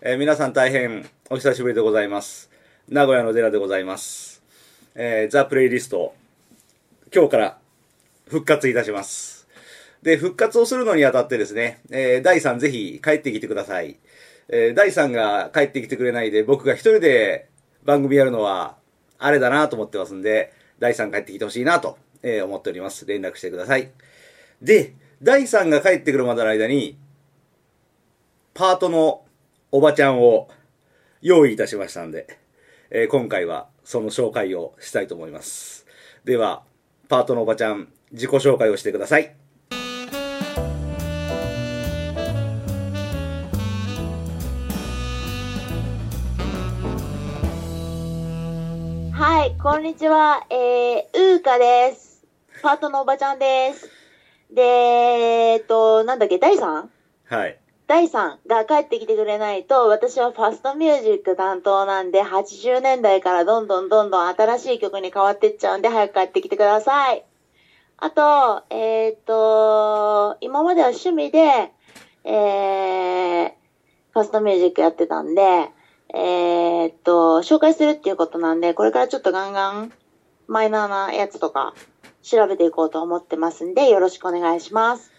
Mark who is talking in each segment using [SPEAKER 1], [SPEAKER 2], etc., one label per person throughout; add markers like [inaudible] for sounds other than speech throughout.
[SPEAKER 1] えー皆さん大変お久しぶりでございます。名古屋の寺でございます。えーザ・プレイリスト、今日から復活いたします。で、復活をするのにあたってですね、えー、第3ぜひ帰ってきてください。えー、第3が帰ってきてくれないで、僕が一人で番組やるのは、あれだなと思ってますんで、第3帰ってきてほしいなと、えー思っております。連絡してください。で、第3が帰ってくるまでの間に、パートのおばちゃんを用意いたしましたんで、えー今回はその紹介をしたいと思います。では、パートのおばちゃん、自己紹介をしてください。
[SPEAKER 2] はい、こんにちは。えー、うーかです。パートのおばちゃんです。で、えっと、なんだっけ、第 3?
[SPEAKER 1] はい。
[SPEAKER 2] 第3が帰ってきてくれないと、私はファストミュージック担当なんで、80年代からどんどんどんどん新しい曲に変わってっちゃうんで、早く帰ってきてください。あと、えっと、今までは趣味で、えー、ファストミュージックやってたんで、えー、っと、紹介するっていうことなんで、これからちょっとガンガンマイナーなやつとか調べていこうと思ってますんで、よろしくお願いします。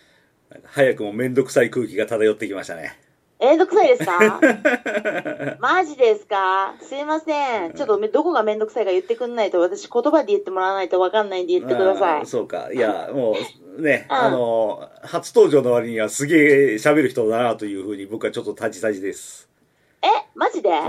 [SPEAKER 1] なんか早くもめんどくさい空気が漂ってきましたね。
[SPEAKER 2] えー、どくさいですか
[SPEAKER 1] [laughs]
[SPEAKER 2] マジですかすいません。ちょっとめどこがめんどくさいか言ってくんないと、私言葉で言ってもらわないとわかんないんで言ってくださ
[SPEAKER 1] あ
[SPEAKER 2] い
[SPEAKER 1] ー。そうか。いや、もうね、
[SPEAKER 2] [laughs] うん
[SPEAKER 1] あの、初登場の割にはすげえ喋る人だなというふうに僕はちょっとタジタジです。
[SPEAKER 2] えマ
[SPEAKER 1] [laughs]
[SPEAKER 2] ジであ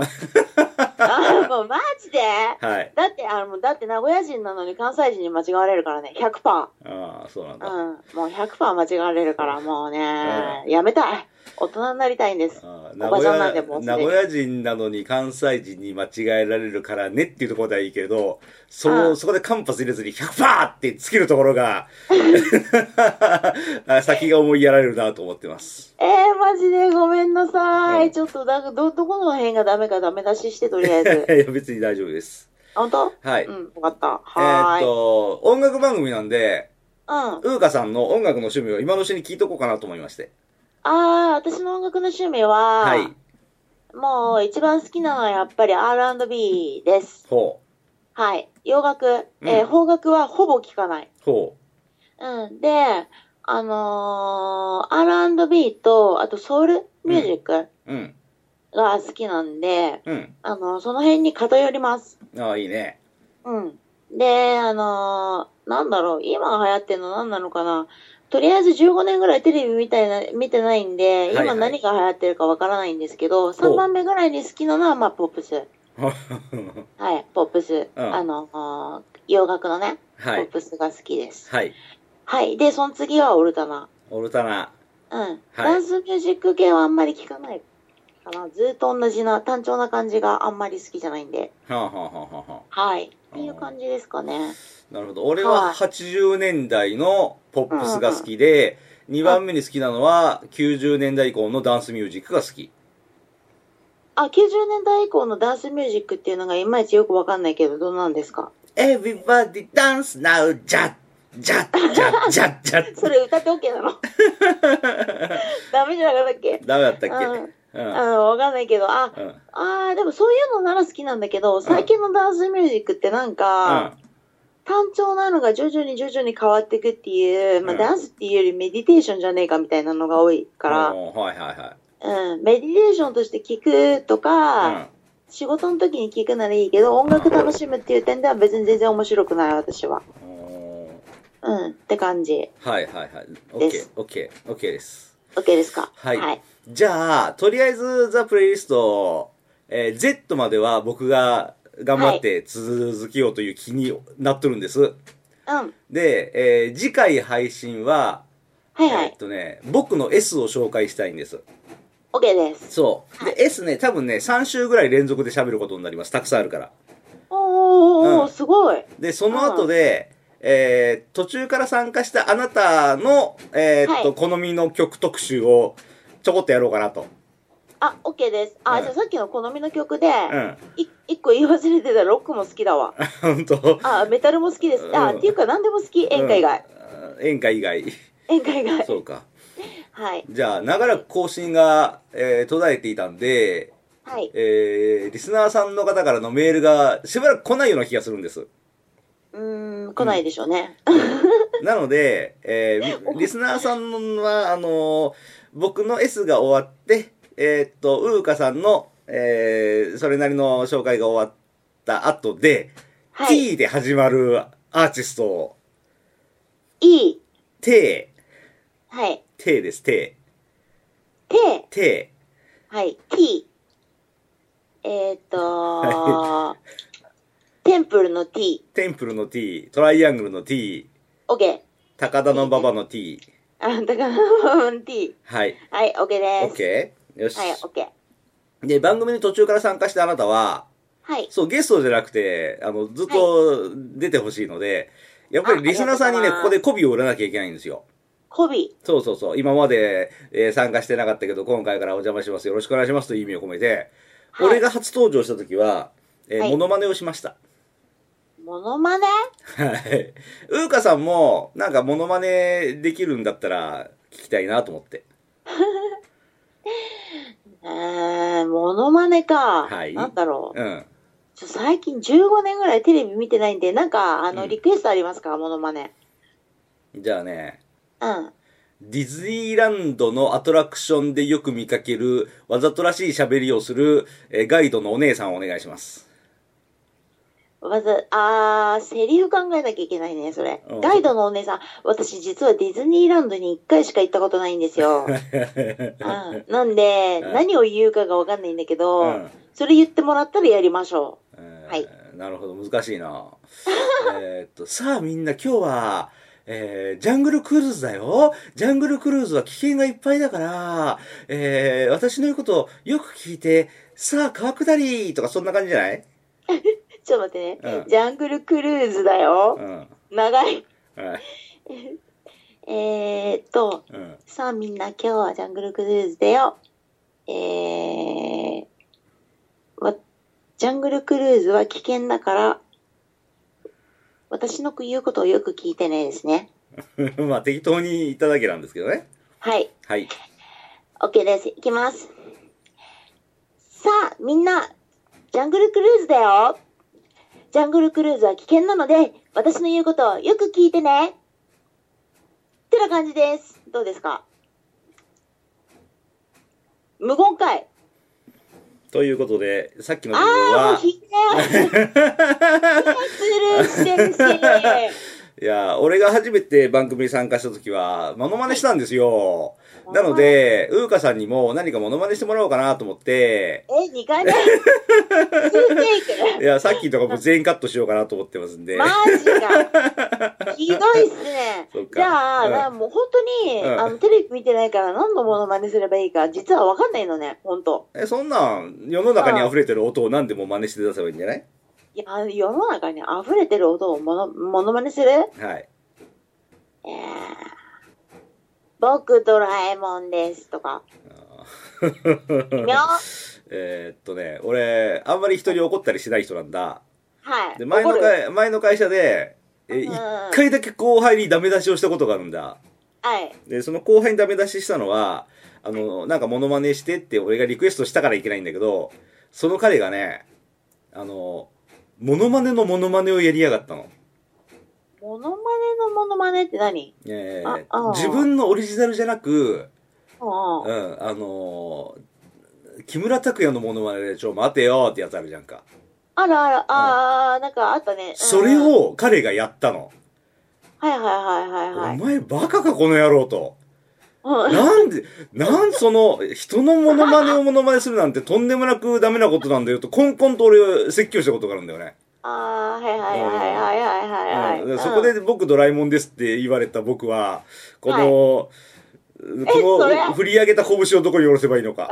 [SPEAKER 2] もうマジで
[SPEAKER 1] はい。
[SPEAKER 2] だって、あの、だって名古屋人なのに関西人に間違われるからね、100%。
[SPEAKER 1] ああ、そうなん
[SPEAKER 2] う
[SPEAKER 1] だ。
[SPEAKER 2] ん。もう100%間違われるから、もうね、
[SPEAKER 1] う
[SPEAKER 2] やめたい。大人になりたいんです。
[SPEAKER 1] あー名
[SPEAKER 2] おば
[SPEAKER 1] 古
[SPEAKER 2] ちゃんなんで
[SPEAKER 1] 屋
[SPEAKER 2] もうすで
[SPEAKER 1] 名
[SPEAKER 2] に
[SPEAKER 1] 古屋人なのに関西人に間違えられるからねっていうところではいいけど、その
[SPEAKER 2] うん
[SPEAKER 1] そこで間髪入れずに100%ってつけるところ
[SPEAKER 2] [laughs]
[SPEAKER 1] が、 [laughs] あ先が思いやられるなと思ってます。
[SPEAKER 2] えー、マジでごめんなさ
[SPEAKER 1] うん
[SPEAKER 2] い。ちょっと、だど、どこの辺がダメかダメ出しして、とりあ
[SPEAKER 1] [laughs]
[SPEAKER 2] えず。
[SPEAKER 1] いや、別に大丈夫です。
[SPEAKER 2] 本当
[SPEAKER 1] はい。
[SPEAKER 2] う
[SPEAKER 1] え
[SPEAKER 2] ん、わかった。
[SPEAKER 1] ー
[SPEAKER 2] は
[SPEAKER 1] っ
[SPEAKER 2] ーい。
[SPEAKER 1] と、音楽番組なんで、
[SPEAKER 2] うん。
[SPEAKER 1] ウーカさんの音楽の趣味を今のうちに聞いとこうかなと思いまして。
[SPEAKER 2] ああ、私の音楽の趣味は、
[SPEAKER 1] はい。
[SPEAKER 2] もう一番好きなのはやっぱり R&B です。
[SPEAKER 1] ほ
[SPEAKER 2] はい。洋楽、えー
[SPEAKER 1] うん
[SPEAKER 2] 邦楽はほぼ聞かない。
[SPEAKER 1] う。ほ
[SPEAKER 2] うん。で、あのー R&B と、あとソウルミュージック
[SPEAKER 1] う。うん。
[SPEAKER 2] が好きなんで、
[SPEAKER 1] うん。
[SPEAKER 2] あのーその辺に偏ります。
[SPEAKER 1] ああ、いいね。 [laughs]
[SPEAKER 2] うん。で、あのーなんだろう、今流行ってんの何なのかな。とりあえず15年ぐらいテレビ見たいな見てないん
[SPEAKER 1] は
[SPEAKER 2] で、
[SPEAKER 1] いは
[SPEAKER 2] 今
[SPEAKER 1] い
[SPEAKER 2] 何が流行ってるかわからないんですけど、3番目ぐらいに好きなのは、まあ、ポップス。はい、ポップス。
[SPEAKER 1] うん
[SPEAKER 2] あのー洋楽のね、
[SPEAKER 1] は
[SPEAKER 2] ポ
[SPEAKER 1] い
[SPEAKER 2] ッ。プスが好きです。
[SPEAKER 1] はい。
[SPEAKER 2] はい。で、その次はオルタナ。
[SPEAKER 1] オルタナ。
[SPEAKER 2] うん。ダンスミュージック系はあんまり聞かないかな。ずっと同じな、単調な感じがあんまり好きじゃないんで。
[SPEAKER 1] はあ、はあはあはあはあ
[SPEAKER 2] はい。っていう感じですかね。
[SPEAKER 1] なるほど。俺
[SPEAKER 2] は
[SPEAKER 1] はい80年代のポップスが好きで、2番目に好きなのは90年代以降のダンスミュージックが好き。
[SPEAKER 2] あ、90年代以降のダンスミュージックっていうのがいまいちよくわかんないけど、どんなんですか
[SPEAKER 1] Everybody dance now, ジャッジャッジャッジャッジャッ
[SPEAKER 2] それ歌って OK なの [laughs] ダメじゃなかったっけ
[SPEAKER 1] [laughs] ダメだったっけ
[SPEAKER 2] うん
[SPEAKER 1] うん。
[SPEAKER 2] うん、
[SPEAKER 1] うん
[SPEAKER 2] わかんないけど、あ、
[SPEAKER 1] うん。
[SPEAKER 2] あーでもそういうのなら好きなんだけど、最近のダンスミュージックってなんか、単調なのが徐々に徐々に変わっていくっていう、ま
[SPEAKER 1] う
[SPEAKER 2] あ
[SPEAKER 1] ん
[SPEAKER 2] ダンスっていうよりメディテーションじゃねえかみたいなのが多いか
[SPEAKER 1] う
[SPEAKER 2] ら、
[SPEAKER 1] んはいはいは
[SPEAKER 2] うん、メディテーションとして聞くと
[SPEAKER 1] い。
[SPEAKER 2] か、
[SPEAKER 1] うん
[SPEAKER 2] 仕事の時に聞くならいいけど、音楽楽しむっていう点では別に全然面白くない私は。
[SPEAKER 1] おー
[SPEAKER 2] うん、って感じ。
[SPEAKER 1] はいはいはい。
[SPEAKER 2] で
[SPEAKER 1] OK
[SPEAKER 2] す、
[SPEAKER 1] OK、OK です。
[SPEAKER 2] OK ですか
[SPEAKER 1] はい
[SPEAKER 2] はい。
[SPEAKER 1] じゃあ、とりあえず、ザ・プレイリスト、えー Z までは僕が頑張って続けようという気になっとるんです。
[SPEAKER 2] うん。
[SPEAKER 1] で、えー次回配信は、
[SPEAKER 2] はいは
[SPEAKER 1] えーっ
[SPEAKER 2] い。
[SPEAKER 1] とね、僕の S を紹介したいんです。
[SPEAKER 2] OK です。
[SPEAKER 1] そう。で、S ね、多分ね、3週ぐらい連続で喋ることになります。たくさんあるから。
[SPEAKER 2] おーおーおー、
[SPEAKER 1] うん
[SPEAKER 2] すごい。
[SPEAKER 1] で、その後で、えー途中から参加したあなたの、えーっと、
[SPEAKER 2] はい
[SPEAKER 1] 好みの曲特集をちょこっとやろうかなと。
[SPEAKER 2] あ、OK です。あ、
[SPEAKER 1] うん
[SPEAKER 2] じゃあさっきの好みの曲で、
[SPEAKER 1] うん。 [laughs]
[SPEAKER 2] い一個言い忘れてたロックも好きだわ。
[SPEAKER 1] 本当
[SPEAKER 2] あ、メタルも好きです。あ、
[SPEAKER 1] うん
[SPEAKER 2] っていうか何でも好き。演歌以外。
[SPEAKER 1] うん演歌以外。
[SPEAKER 2] 演歌以外。
[SPEAKER 1] そうか。
[SPEAKER 2] はい。
[SPEAKER 1] じゃあ、長らく更新が、えー途絶えていたんで、
[SPEAKER 2] はい。
[SPEAKER 1] えー、リスナーさんの方からのメールがしばらく来ないような気がするんです。
[SPEAKER 2] うーん、来ないでしょうね。
[SPEAKER 1] なので、えー、リスナーさんは、あのー僕の S が終わって、えーっと、ウーカさんの、えー、それなりの紹介が終わった後で、
[SPEAKER 2] はい。
[SPEAKER 1] T で始まるアーティストを、
[SPEAKER 2] いい。
[SPEAKER 1] T、
[SPEAKER 2] はい。
[SPEAKER 1] T です、T、
[SPEAKER 2] て、
[SPEAKER 1] T、
[SPEAKER 2] はい。t。えーっと、テンプルの t。
[SPEAKER 1] テンプルの T、トライアングルの T、
[SPEAKER 2] OK。
[SPEAKER 1] 高田の馬場の T、
[SPEAKER 2] あ、だから、t。 [laughs]
[SPEAKER 1] はい、
[SPEAKER 2] はい、OK です。
[SPEAKER 1] OK? よし。
[SPEAKER 2] はい、OK。
[SPEAKER 1] で、番組の途中から参加したあなたは、
[SPEAKER 2] はい。
[SPEAKER 1] そう、ゲストじゃなくて、あの、ずっと出てほしいので、やっぱりリスナーさんにね、
[SPEAKER 2] あありが
[SPEAKER 1] こと
[SPEAKER 2] う
[SPEAKER 1] こ
[SPEAKER 2] ござ
[SPEAKER 1] で媚
[SPEAKER 2] い
[SPEAKER 1] びを売らなきゃいけないんですよ。
[SPEAKER 2] コビ。
[SPEAKER 1] そうそうそう。今まで、えー参加してなかったけど、今回からお邪魔します。よろしくお願いしますという意味を込めて、
[SPEAKER 2] はい
[SPEAKER 1] 俺が初登場した時は、えー
[SPEAKER 2] はい
[SPEAKER 1] モノマネをしました。
[SPEAKER 2] モノマネ
[SPEAKER 1] はい。ウーカさんも、なんかモノマネできるんだったら、聞きたいなと思って。
[SPEAKER 2] えー、モノマネか。
[SPEAKER 1] はい
[SPEAKER 2] なんだろう。
[SPEAKER 1] うん。
[SPEAKER 2] ちょ最近15年ぐらいテレビ見てないんで、なんか、あ
[SPEAKER 1] う
[SPEAKER 2] の、
[SPEAKER 1] ん
[SPEAKER 2] リクエストありますか、モノマネ。
[SPEAKER 1] じゃあね、
[SPEAKER 2] うん。
[SPEAKER 1] ディズニーランドのアトラクションでよく見かける、わざとらしい喋りをする、えーガイドのお姉さんをお願いします。
[SPEAKER 2] まず、あー、セリフ考えなきゃいけないね、それ
[SPEAKER 1] うん。
[SPEAKER 2] ガイドのお姉さん、私実はディズニーランドに1回しか行ったことないんで
[SPEAKER 1] [laughs]
[SPEAKER 2] すよ。うん、なんで、
[SPEAKER 1] うん
[SPEAKER 2] 何を言うかがわかんないんだけど、
[SPEAKER 1] うん
[SPEAKER 2] それ言ってもらったらやりましょ
[SPEAKER 1] えー
[SPEAKER 2] はい。
[SPEAKER 1] なるほど、難しいな。 [laughs] えーっと、さあみんな今日は、えージャングルクルーズだよ。ジャングルクルーズは危険がいっぱいだから、えー私の言うことをよく聞いて、さあ川下りとかそんな感じじゃないう
[SPEAKER 2] ちょっと待ってね。
[SPEAKER 1] うん
[SPEAKER 2] ジャングルクルーズだよ
[SPEAKER 1] う。ん。
[SPEAKER 2] 長い。
[SPEAKER 1] はい。
[SPEAKER 2] えーっと、
[SPEAKER 1] うん。 [laughs]
[SPEAKER 2] さあみんな今日はジャングルクルーズだよ。えー、わ、ジャングルクルーズは危険だから、私の言うことをよく聞いてねですね。
[SPEAKER 1] まあ適当に言っただけなんですけどね。
[SPEAKER 2] はい、
[SPEAKER 1] はい。
[SPEAKER 2] OK です。いきます。さあみんな、ジャングルクルーズだよ。ジャングルクルーズは危険なので、私の言うことをよく聞いてね。ってな感じです。どうですか無言会。
[SPEAKER 1] ということで、さっきの部分
[SPEAKER 2] ああ、も
[SPEAKER 1] は
[SPEAKER 2] う、引いてスルーしてるし。
[SPEAKER 1] いや、俺が初めて番組に参加した時は、モノマネしたんですよ。なので、ウーカさんにも何かモノマネしてもらおうかなと思って、
[SPEAKER 2] え、2回目 ?2 テイ
[SPEAKER 1] いや、さっきとかも全員カットしようかなと思ってますんで。
[SPEAKER 2] クマジか。ひどいっすね
[SPEAKER 1] そっ。か
[SPEAKER 2] じゃあ、
[SPEAKER 1] うん
[SPEAKER 2] だからもう本当に、
[SPEAKER 1] うん
[SPEAKER 2] あの、テレビ見てないから何のモノマネすればいいか、実はわかんないのね、本当
[SPEAKER 1] え、そんなん、世の中に溢れてる音を何でも真似して出せばいいんじゃない
[SPEAKER 2] いや、あの世の中に溢れてる音をモノモノマネする
[SPEAKER 1] はい。
[SPEAKER 2] えー、僕ドラえもんですとか。みょ
[SPEAKER 1] えーっとね、俺、あんまり人に怒ったりしない人なんだ。
[SPEAKER 2] はい。
[SPEAKER 1] で、前の
[SPEAKER 2] 怒る
[SPEAKER 1] 会、前の会社で、え、
[SPEAKER 2] う
[SPEAKER 1] 一
[SPEAKER 2] ん
[SPEAKER 1] 回だけ後輩にダメ出しをしたことがあるんだ。
[SPEAKER 2] はい。
[SPEAKER 1] で、その後輩にダメ出ししたのは、あの、なんかモノマネしてって俺がリクエストしたからいけないんだけど、その彼がね、あの、モノマネのモノマネをやりやがったの。
[SPEAKER 2] モノマネのモノマネって何
[SPEAKER 1] え
[SPEAKER 2] あ
[SPEAKER 1] ー
[SPEAKER 2] あー
[SPEAKER 1] 自分のオリジナルじゃなく、
[SPEAKER 2] う
[SPEAKER 1] う
[SPEAKER 2] んうん
[SPEAKER 1] ん、あのー木村拓哉のモノマネで、ちょ、待てよってやつあるじゃんか。
[SPEAKER 2] あらあら、あー、なんかあったね。うん
[SPEAKER 1] それ。を彼がやったの。
[SPEAKER 2] はいはいはいはいは
[SPEAKER 1] お
[SPEAKER 2] い。
[SPEAKER 1] 前バカか、この野郎と。
[SPEAKER 2] うん
[SPEAKER 1] なんで、なんその、人のモノマネをモノマネするなんてとんでもなくダメなことなんだよと、コンコンと俺、説教したことがあるんだよね。
[SPEAKER 2] あー、はいはいはいはいはいはいはい。
[SPEAKER 1] うん
[SPEAKER 2] うん
[SPEAKER 1] でそこで僕ドラえもんですって言われた僕は、この、
[SPEAKER 2] それ
[SPEAKER 1] この振り上げた拳をどこに下ろせばいいのか。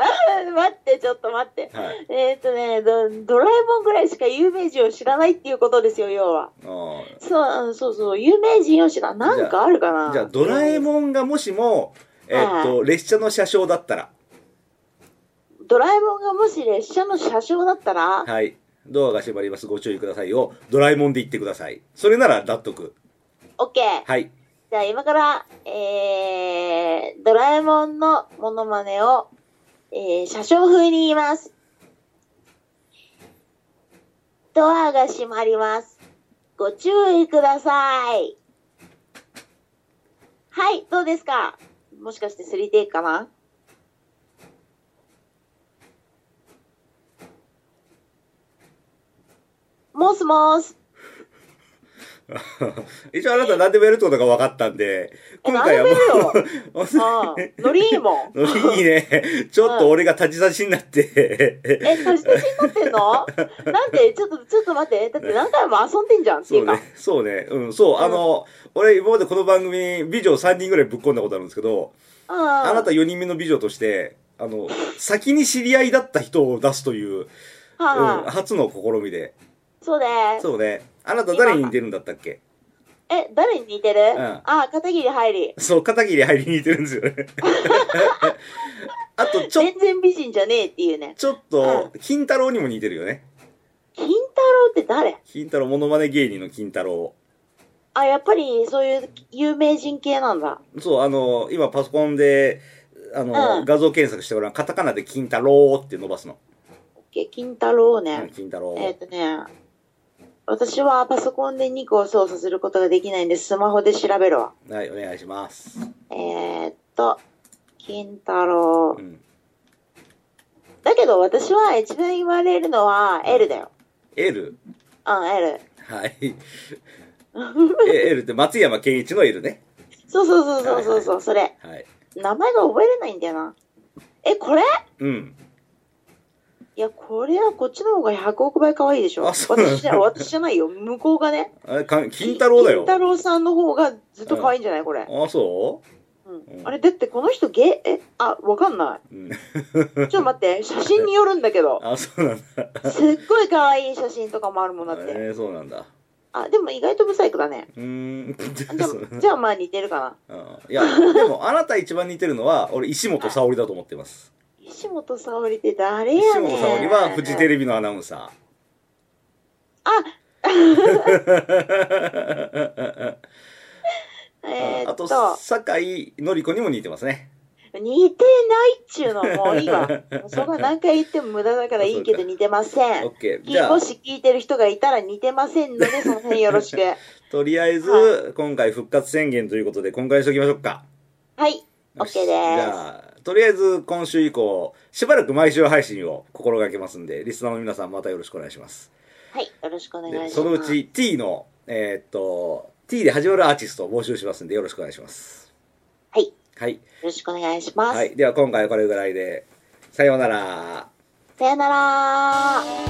[SPEAKER 2] 待って、ちょっと待って。
[SPEAKER 1] はい。
[SPEAKER 2] えーっとねド、ドラえもんぐらいしか有名人を知らないっていうことですよ、要は。
[SPEAKER 1] うん
[SPEAKER 2] そう、うんそうそう、有名人を知らない。なんかあるかな
[SPEAKER 1] じゃあ、ドラえ
[SPEAKER 2] ん。
[SPEAKER 1] もんがもしも、えっと、列車の車掌だったら、
[SPEAKER 2] ドラえもんがもし列車の車掌だったら、
[SPEAKER 1] はい。ドアが閉まります。ご注意くださいを、ドラえもんで言ってください。それなら納得。
[SPEAKER 2] オッケー。
[SPEAKER 1] はい。
[SPEAKER 2] じゃあ今から、えー、ドラえもんのモノマネを、えー、車掌風に言います。ドアが閉まります。ご注意ください。はい、どうですかもしかして3テイクかなもすもす。
[SPEAKER 1] 一応あなた何でもやるってことが分かったんで、今回はもう、
[SPEAKER 2] ああ、ノリいいもん。
[SPEAKER 1] ノ [laughs] リいいね。ちょっと俺が立ち差しになって。
[SPEAKER 2] え、貸し出しになって
[SPEAKER 1] [laughs]
[SPEAKER 2] んのなんで、ちょっと、ちょっと待って。だって何回も遊んでんじゃん、って
[SPEAKER 1] そ
[SPEAKER 2] いううか
[SPEAKER 1] ね。。そうね。うん、そう。あの、俺今までこの番組、美女3人ぐらいぶっ込んだことあるんですけど、
[SPEAKER 2] うん。
[SPEAKER 1] あ
[SPEAKER 2] あ
[SPEAKER 1] なた4人目の美女として、あの、先に知り合いだった人を出すという、うん、
[SPEAKER 2] はい、
[SPEAKER 1] 初の試みで。
[SPEAKER 2] そうです。
[SPEAKER 1] そうね。あなた誰に似てるんだったっけ
[SPEAKER 2] え、誰に似てる、
[SPEAKER 1] ん
[SPEAKER 2] ああ、片桐入り。
[SPEAKER 1] そう、片桐入りに似てるんですよ
[SPEAKER 2] [laughs]
[SPEAKER 1] ね。あと、ちょ、
[SPEAKER 2] 全然美人じゃねえっていうね。
[SPEAKER 1] ちょっと、金太郎にも似てるよね。
[SPEAKER 2] 金太郎って誰
[SPEAKER 1] 金太郎、モノマネ芸人の金太郎。
[SPEAKER 2] あ、やっぱりそういう有名人系なんだ。
[SPEAKER 1] そう、あの、今パソコンで、あの、
[SPEAKER 2] うん
[SPEAKER 1] 画像検索してごらん。カタカナで金太郎って伸ばすの。
[SPEAKER 2] オッケー金太郎
[SPEAKER 1] うん
[SPEAKER 2] ね。
[SPEAKER 1] 金太郎。
[SPEAKER 2] えっ、とね、私はパソコンで2個を操作することができないんで、スマホで調べるわ。
[SPEAKER 1] はい、お願いします。
[SPEAKER 2] えー、っと、金太郎
[SPEAKER 1] う。ん。
[SPEAKER 2] だけど私は一番言われるのは L だよ。
[SPEAKER 1] L。
[SPEAKER 2] うん、L。 [laughs]
[SPEAKER 1] はい。え L って松山健一の L ね。
[SPEAKER 2] そうそうそうそうそう、それ。
[SPEAKER 1] はい。
[SPEAKER 2] 名前が覚えれないんだよな。え、これ
[SPEAKER 1] うん。
[SPEAKER 2] いや、これはこっちの方が100億倍可愛いでしょ
[SPEAKER 1] あそうなんだ
[SPEAKER 2] 私じゃ、私じゃないよ。向こうがね。
[SPEAKER 1] あれ、か金太郎だよ
[SPEAKER 2] 金。太郎さんの方がずっと可愛いんじゃないこれ。。
[SPEAKER 1] あ、そううんん
[SPEAKER 2] あれ、だってこの人ゲー、え、あ、わか
[SPEAKER 1] [laughs]
[SPEAKER 2] んな
[SPEAKER 1] ううん。
[SPEAKER 2] い。ちょっと待って、写真によるんだけど。
[SPEAKER 1] あ、そうなんだ。
[SPEAKER 2] すっごい可愛い写真とかもあるもんだって。
[SPEAKER 1] えー、そうなんだ。
[SPEAKER 2] あ、でも意外とブサイクだね。
[SPEAKER 1] うーん。
[SPEAKER 2] で
[SPEAKER 1] [laughs] そう
[SPEAKER 2] もじゃあまあ似てるかな。
[SPEAKER 1] うんいや、でも、あなた一番似てるのは、俺、石本沙織だと思ってます。
[SPEAKER 2] 石本沙織って誰やねん。
[SPEAKER 1] 石本沙織は、フジテレビのアナウンサ [laughs] ー。
[SPEAKER 2] え
[SPEAKER 1] あ
[SPEAKER 2] ーっ
[SPEAKER 1] と
[SPEAKER 2] と、、
[SPEAKER 1] 酒井紀子にも似てますね。
[SPEAKER 2] 似てないっちゅうのもうい
[SPEAKER 1] [laughs]
[SPEAKER 2] いわ。そんな何回言っても無駄だからいいけど似てませ
[SPEAKER 1] オ
[SPEAKER 2] ん
[SPEAKER 1] ッ。ケ [laughs] ー。じゃあ
[SPEAKER 2] も、し聞いてる人がいたら似てませんので、その辺よ
[SPEAKER 1] [laughs]
[SPEAKER 2] ろしく。
[SPEAKER 1] とりあえず、
[SPEAKER 2] は
[SPEAKER 1] 今回復活宣言ということで、今回にしときましょうか。
[SPEAKER 2] はい。オ
[SPEAKER 1] よ
[SPEAKER 2] ッ
[SPEAKER 1] し
[SPEAKER 2] ケーで
[SPEAKER 1] じ
[SPEAKER 2] ーす。
[SPEAKER 1] ゃあ、とりあえず、今週以降、しばらく毎週配信を心がけますんで、リスナーの皆さんまたよろしくお願いします。
[SPEAKER 2] はい。よろしくお願いしま。
[SPEAKER 1] ですそのう。ち T の、えーっと、T で始まるアーティストを募集しますんで、よろしくお願いします。
[SPEAKER 2] はい。よ
[SPEAKER 1] はい。
[SPEAKER 2] ろしくお願いします。
[SPEAKER 1] はい。では、今回はこれぐらいで、さようなら。
[SPEAKER 2] さよならー。